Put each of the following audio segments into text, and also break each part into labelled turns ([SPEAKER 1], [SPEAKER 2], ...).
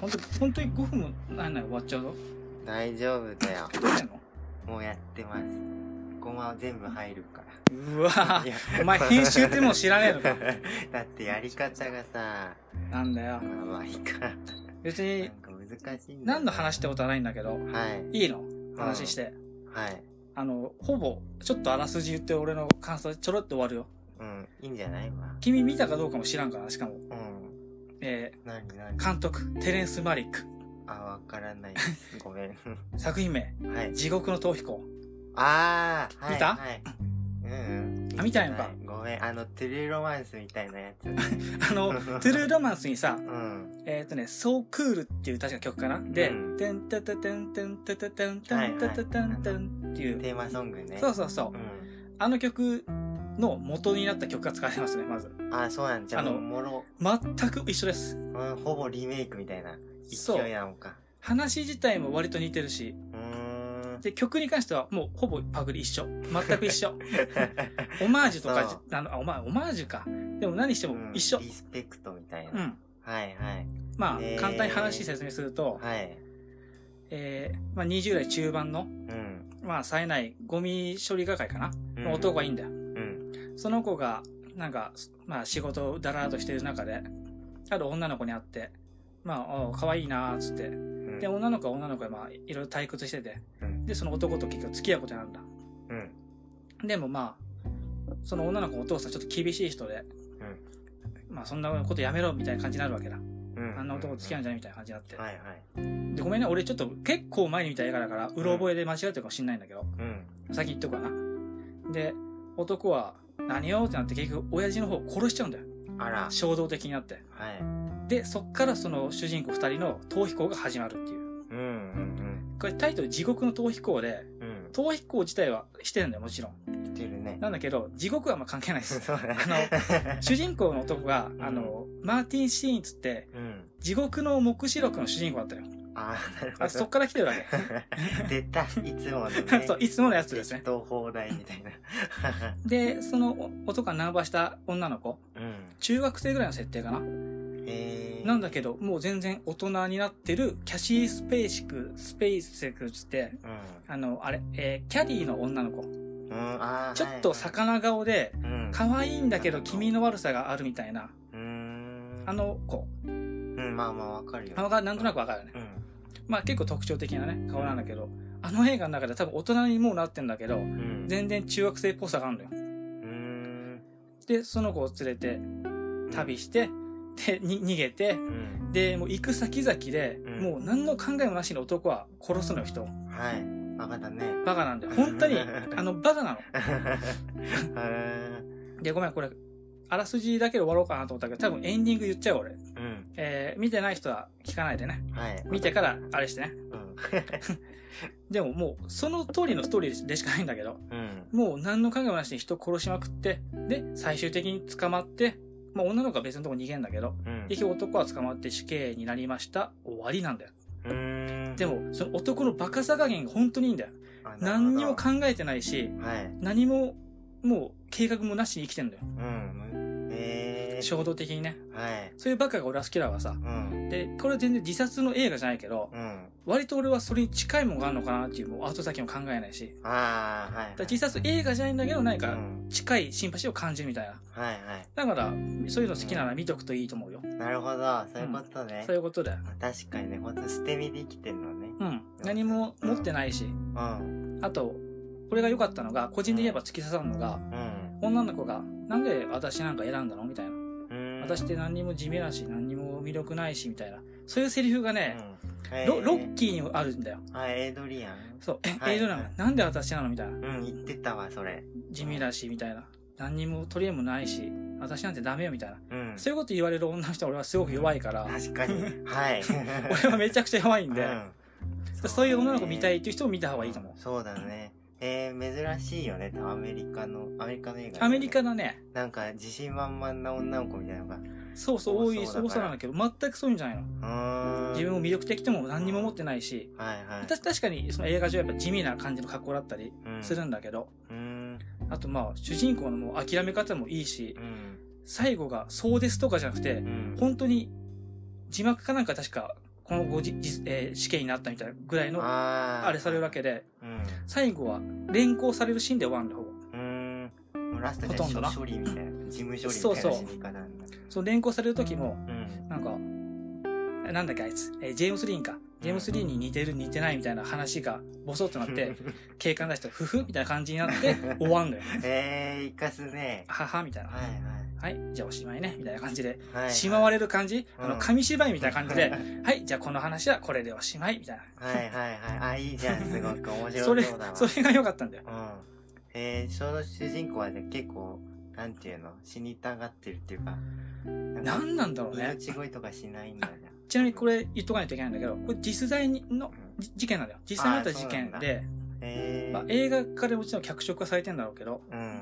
[SPEAKER 1] 本当本当に5分もないない終わっちゃうぞ。
[SPEAKER 2] 大丈夫だよ。
[SPEAKER 1] どうしたの
[SPEAKER 2] もうやってます。ごまは全部入るか
[SPEAKER 1] うわ
[SPEAKER 2] ら。いや
[SPEAKER 1] お前編集ってもう知らねえのか
[SPEAKER 2] だってやり方がさ、
[SPEAKER 1] なんだよ
[SPEAKER 2] まあまあいいから。
[SPEAKER 1] 別
[SPEAKER 2] なん
[SPEAKER 1] に
[SPEAKER 2] か難しいんだよ
[SPEAKER 1] 何の話ってことはないんだけど
[SPEAKER 2] はい。
[SPEAKER 1] いいの話して、
[SPEAKER 2] はい。
[SPEAKER 1] あのほぼちょっとあらすじ言って俺の感想ちょろっと終わるよ
[SPEAKER 2] うん、いいんじゃないま
[SPEAKER 1] 君見たかどうかも知らんからしかも、
[SPEAKER 2] あ。うん。
[SPEAKER 1] え
[SPEAKER 2] 何何
[SPEAKER 1] ー監督テレンス・マリック
[SPEAKER 2] あ、わからな いです。ごめん。
[SPEAKER 1] 作品名
[SPEAKER 2] は
[SPEAKER 1] 「
[SPEAKER 2] い
[SPEAKER 1] 地獄の逃避行
[SPEAKER 2] ああ、はい、
[SPEAKER 1] 見た
[SPEAKER 2] はい、うん、うん。
[SPEAKER 1] あ見たんやんか
[SPEAKER 2] 見てないごめん、あの、トゥルーロマンスみたいなや つ。」
[SPEAKER 1] あのトゥルーロマンスにさ
[SPEAKER 2] うん。
[SPEAKER 1] えっ、とね「So Cool」っていう確か曲かなで
[SPEAKER 2] うん
[SPEAKER 1] 「てんてててんてんてててんてんてててんてん」っていう
[SPEAKER 2] テーマソングね。
[SPEAKER 1] そう
[SPEAKER 2] そ
[SPEAKER 1] そうそう
[SPEAKER 2] う。う
[SPEAKER 1] あの曲の元になった曲が使われてますね、まず。
[SPEAKER 2] ん。あ、そうなんじゃ
[SPEAKER 1] あ
[SPEAKER 2] あ、
[SPEAKER 1] の
[SPEAKER 2] もうもろ、
[SPEAKER 1] 全く一緒です。
[SPEAKER 2] うん、ほぼリメイクみたいな
[SPEAKER 1] そう
[SPEAKER 2] 勢いなのか。
[SPEAKER 1] 話自体も割と似てるし、
[SPEAKER 2] うーん。
[SPEAKER 1] で、曲に関してはもうほぼパクリ一緒。全く 一緒。オマージュとか
[SPEAKER 2] そう
[SPEAKER 1] じ、あの、あお前、オマージュか。でも何しても一緒
[SPEAKER 2] うん。リスペクトみたいな。
[SPEAKER 1] うん。
[SPEAKER 2] はいはい。
[SPEAKER 1] まあ、
[SPEAKER 2] へー
[SPEAKER 1] 簡単に話説明すると、
[SPEAKER 2] はい。
[SPEAKER 1] えー、まあ20代中盤の、
[SPEAKER 2] うん。
[SPEAKER 1] まあ冴えないゴミ処理係かな、
[SPEAKER 2] うん
[SPEAKER 1] の男がいいんだよ。
[SPEAKER 2] うん。
[SPEAKER 1] その子が、なんか、まあ仕事をだらーっとしてる中で、ある女の子に会って、まあ、おう可愛いなーっつって、
[SPEAKER 2] うん。
[SPEAKER 1] で、女の子は女の子で、まあ、いろいろ退屈してて、
[SPEAKER 2] うん
[SPEAKER 1] で、その男と結局付き合うことになるんだ。
[SPEAKER 2] うん。
[SPEAKER 1] でもまあ、その女の子のお父さんちょっと厳しい人で、まあ、そんなことやめろみたいな感じになるわけだ。
[SPEAKER 2] うん。
[SPEAKER 1] あんな男と付き合うん
[SPEAKER 2] じ
[SPEAKER 1] じゃないみたいな感じになって。
[SPEAKER 2] はいはい。
[SPEAKER 1] で、ごめんね、俺ちょっと結構前に見た映画だから、うろ覚えで間違ってるかもしんないんだけど、
[SPEAKER 2] うん。
[SPEAKER 1] 先言っとくわな。で、男は、何よってなって結局、親父の方を殺しちゃうんだよ。
[SPEAKER 2] あら。
[SPEAKER 1] 衝動的になって。
[SPEAKER 2] はい。
[SPEAKER 1] で、そっからその主人公二人の逃避行が始まるっていう。
[SPEAKER 2] うんうん
[SPEAKER 1] これタイトル地獄の逃避行で、
[SPEAKER 2] うん。うん。
[SPEAKER 1] 逃避行自体はしてるんだよ、もちろん。
[SPEAKER 2] 言ってるね。
[SPEAKER 1] なんだけど、地獄はまあ関係ないです。
[SPEAKER 2] そうだね。
[SPEAKER 1] 主人公の男が、
[SPEAKER 2] ん
[SPEAKER 1] あの、マーティン・シーンつって、
[SPEAKER 2] うん。
[SPEAKER 1] 地獄の黙示録の主人公だったよ。
[SPEAKER 2] ああ、なるほど。
[SPEAKER 1] あそっから来てるわけ。。
[SPEAKER 2] 出た、いつものね
[SPEAKER 1] そう、いつものやつですね。
[SPEAKER 2] 東放題みたいな。
[SPEAKER 1] で、そのお男がナンパした女の子、
[SPEAKER 2] うん。
[SPEAKER 1] 中学生ぐらいの設定かな。
[SPEAKER 2] えー。
[SPEAKER 1] なんだけど、もう全然大人になってる、キャシー・スペーシク、スペースセクつって、
[SPEAKER 2] う
[SPEAKER 1] あの、あれ、えーキャリーの女の子。
[SPEAKER 2] ん。うん、あー
[SPEAKER 1] ちょっと、魚顔で、
[SPEAKER 2] はいはいうん。
[SPEAKER 1] 可愛いんだけど気味の悪さがあるみたいな、
[SPEAKER 2] うーん。
[SPEAKER 1] あ、の子。
[SPEAKER 2] うん、まあまあわかるよ。
[SPEAKER 1] あの子はなんとなくわかるよね。
[SPEAKER 2] うん。
[SPEAKER 1] まあ結構特徴的なね、顔なんだけど、あの映画の中で多分大人にもうなってんだけど、
[SPEAKER 2] うん。
[SPEAKER 1] 全然中学生っぽさがあるのよ。
[SPEAKER 2] うーん。
[SPEAKER 1] で、その子を連れて旅して、で、に逃げて、
[SPEAKER 2] うん。
[SPEAKER 1] で、もう行く先々で、
[SPEAKER 2] うん
[SPEAKER 1] もう何の考えもなしに男は殺すのよ、人を。
[SPEAKER 2] はい。バカだね。
[SPEAKER 1] バカなんだよ。本当に、あの、バカなの。
[SPEAKER 2] うん。
[SPEAKER 1] で、ごめん、これ、あらすじだけで終わろうかなと思ったけど、多分エンディング言っちゃう俺。
[SPEAKER 2] うん。
[SPEAKER 1] えー、見てない人は聞かないでね。
[SPEAKER 2] はい。
[SPEAKER 1] 見てから、あれしてね。
[SPEAKER 2] うん。
[SPEAKER 1] でももう、その通りのストーリーでしかないんだけど、
[SPEAKER 2] うん。
[SPEAKER 1] もう何の考えもなしに人殺しまくって、で、最終的に捕まって、まあ女の子は別のとこ逃げんだけど、
[SPEAKER 2] うん。
[SPEAKER 1] 結局男は捕まって死刑になりました。終わりなんだよ。
[SPEAKER 2] うーん。
[SPEAKER 1] でも、その男のバカさ加減が本当にいいんだよ。
[SPEAKER 2] あ、
[SPEAKER 1] 何にも
[SPEAKER 2] ん。
[SPEAKER 1] 考えてないし、
[SPEAKER 2] はい。
[SPEAKER 1] 何も、もう計画もなしに生きてんだよ。
[SPEAKER 2] うん。えー。
[SPEAKER 1] 衝動的にね。
[SPEAKER 2] はい。
[SPEAKER 1] そういうバカが俺は好きだわさ。
[SPEAKER 2] うん。
[SPEAKER 1] で、これは全然自殺の映画じゃないけど、
[SPEAKER 2] うん。
[SPEAKER 1] 割と俺はそれに近いもんがあるのかなっていう、もう後先も考えないし。
[SPEAKER 2] ああ、はい。
[SPEAKER 1] だから自殺映画じゃないんだけど、何
[SPEAKER 2] う
[SPEAKER 1] か
[SPEAKER 2] ん。
[SPEAKER 1] 近いシンパシーを感じるみたいな。
[SPEAKER 2] はいは
[SPEAKER 1] だから、そういうの好きなら見とくといいと思うよ。
[SPEAKER 2] い。なるほど。そういうことね。
[SPEAKER 1] そういうことだよ。
[SPEAKER 2] 確かにね、ほんと捨て身で生きてるのね。
[SPEAKER 1] うん。何も持ってないし。
[SPEAKER 2] うん。
[SPEAKER 1] あと、これが良かったのが、個人で言えば突き刺さるのが、
[SPEAKER 2] うん。
[SPEAKER 1] 女の子が、なんで私なんか選んだのみたいな。
[SPEAKER 2] うん。
[SPEAKER 1] 私って何にも地味だし、何にも魅力ないし、みたいな。そういうセリフがね、
[SPEAKER 2] うん、え
[SPEAKER 1] ロロッキーにあるんだよ。
[SPEAKER 2] あ、エイドリアン
[SPEAKER 1] そう。え、
[SPEAKER 2] はい
[SPEAKER 1] エイドランが、なんで私なのみたいな。
[SPEAKER 2] うん、言ってたわ、それ。
[SPEAKER 1] 地味だし、みたいな。何にも取り柄もないし、私なんてダメよ、みたいな。
[SPEAKER 2] うん。
[SPEAKER 1] そういうこと言われる女の人は俺はすごく弱いから、
[SPEAKER 2] 確 かに。はい。
[SPEAKER 1] 俺はめちゃくちゃ弱いんで、
[SPEAKER 2] うん
[SPEAKER 1] そういう女の子見たい
[SPEAKER 2] い
[SPEAKER 1] っていう人を見た方がいいと思う。
[SPEAKER 2] そうだね。えー、珍しいよね、アメリカの、アメリカの映画、
[SPEAKER 1] アメリカ。だね、
[SPEAKER 2] なんか、自信満々な女の子みたいなのが。う
[SPEAKER 1] そうそう、多い、そ
[SPEAKER 2] そうだから
[SPEAKER 1] うそうなんだけど、全くそういうんじゃないの。
[SPEAKER 2] ーん。
[SPEAKER 1] 自分も魅力的でも何にも持ってないし、
[SPEAKER 2] はいはい。
[SPEAKER 1] 私確かにその映画上やっぱ地味な感じの格好だったり
[SPEAKER 2] うん
[SPEAKER 1] するんだけど、
[SPEAKER 2] うん。
[SPEAKER 1] あとまあ、主人公のもう諦め方もいいし
[SPEAKER 2] う、ん。
[SPEAKER 1] 最後がそうですとかじゃなくて
[SPEAKER 2] う、ん。
[SPEAKER 1] 本当に字幕かなんか確かこのごじ、じえー死刑になったみたいなぐらいの、あ
[SPEAKER 2] あー
[SPEAKER 1] れされるわけで、
[SPEAKER 2] うん
[SPEAKER 1] 最後は連行されるシーンで終わるんだ、ほぼ。
[SPEAKER 2] うーんもうラストじ
[SPEAKER 1] ほとんど
[SPEAKER 2] ゃ
[SPEAKER 1] な
[SPEAKER 2] あ処理みたいな事務処理みたいな
[SPEAKER 1] そうそう
[SPEAKER 2] 死に方なんだ
[SPEAKER 1] その連行される時も、
[SPEAKER 2] うん
[SPEAKER 1] なんか、えなんだっけあいつ、えージェームス・リーンか。ジェームス・リーンに似てる似てないみたいな話がボソッとなって、警官出して、ふふみたいな感じにな って終わんのよ。
[SPEAKER 2] えー、生かすね
[SPEAKER 1] ははみたいな。
[SPEAKER 2] はいはい
[SPEAKER 1] はい、じゃあおしまいね、みたいな感じで。
[SPEAKER 2] はいはい
[SPEAKER 1] しまわれる感じ、あ
[SPEAKER 2] う
[SPEAKER 1] の、
[SPEAKER 2] ん
[SPEAKER 1] 紙芝居みたいな感じで
[SPEAKER 2] は、
[SPEAKER 1] はい、じゃあこの話はこれでおしまい、みたい
[SPEAKER 2] いはいはいあいいじゃんすごく面
[SPEAKER 1] な。
[SPEAKER 2] 白
[SPEAKER 1] それ
[SPEAKER 2] そうだ、わ
[SPEAKER 1] それが良かったんだよ。
[SPEAKER 2] うんえー、その主人公はね結構なんていうの死にたがってるっていうかな
[SPEAKER 1] 何なんだろうね。
[SPEAKER 2] 命乞いとかしないんだね
[SPEAKER 1] ちなみにこれ言っとかないといけないんだけど、これ実在にの
[SPEAKER 2] うん
[SPEAKER 1] じ事件なんだよ。実際にあった事件
[SPEAKER 2] あーそう
[SPEAKER 1] で、
[SPEAKER 2] え
[SPEAKER 1] まあ
[SPEAKER 2] ー、
[SPEAKER 1] 映画化でもちろん脚色はされてんだろうけど、
[SPEAKER 2] うん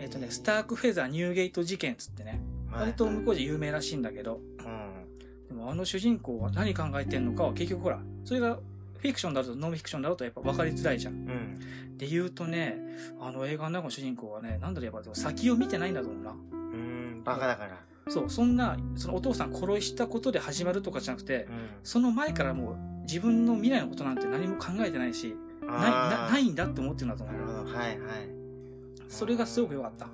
[SPEAKER 1] えっ、と
[SPEAKER 2] へ
[SPEAKER 1] ね、
[SPEAKER 2] ー
[SPEAKER 1] スタークフェザーニューゲート事件つってね、割と向こうで有名らしいんだけど、
[SPEAKER 2] うん
[SPEAKER 1] でもあの主人公は何考えてんのかは結局ほら、それがフィクションだとノンフィクションだろうとやっぱ分かりづらいじゃん。
[SPEAKER 2] うん
[SPEAKER 1] で言うとね、あの映画の中の主人公はね、なんだろうやっぱ先を見てないんだと思うな。
[SPEAKER 2] うんバカだから
[SPEAKER 1] そう、そんな、そのお父さん殺したことで始まるとかじゃなくて
[SPEAKER 2] う、ん
[SPEAKER 1] その前からもう自分の未来のことなんて何も考えてないし、ないなないいんだって思ってるんだと
[SPEAKER 2] な
[SPEAKER 1] 思
[SPEAKER 2] るほ
[SPEAKER 1] う。
[SPEAKER 2] どはいはい
[SPEAKER 1] それがすごく良かった。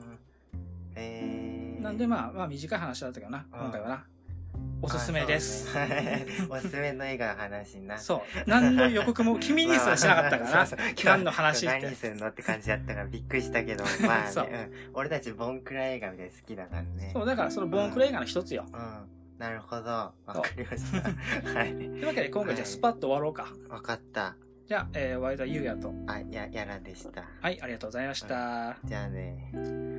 [SPEAKER 2] えー、
[SPEAKER 1] なんでまあ、まあ短い話だったけどな、
[SPEAKER 2] うん
[SPEAKER 1] 今回はな。
[SPEAKER 2] お
[SPEAKER 1] おすすめです。
[SPEAKER 2] おすすめの映画の話な
[SPEAKER 1] そう。何の予告も君にすらしなか ったからな。
[SPEAKER 2] そうそう
[SPEAKER 1] 何の話って
[SPEAKER 2] 何するのって感じだったからびっくりした けど、まあ、ね
[SPEAKER 1] そう
[SPEAKER 2] うん俺たちボンクラ映画みたいに好きだからね。
[SPEAKER 1] そう、だからそのボーンクレ映画の一つよ。
[SPEAKER 2] うん。なるほど。わかりました。はい。
[SPEAKER 1] というわけで今回じゃあスパッと終わろうか。
[SPEAKER 2] わかった。
[SPEAKER 1] じゃあ、えー、ワイドユウヤと。
[SPEAKER 2] あ、や、やらでした。
[SPEAKER 1] はい、ありがとうございました。
[SPEAKER 2] じゃあね。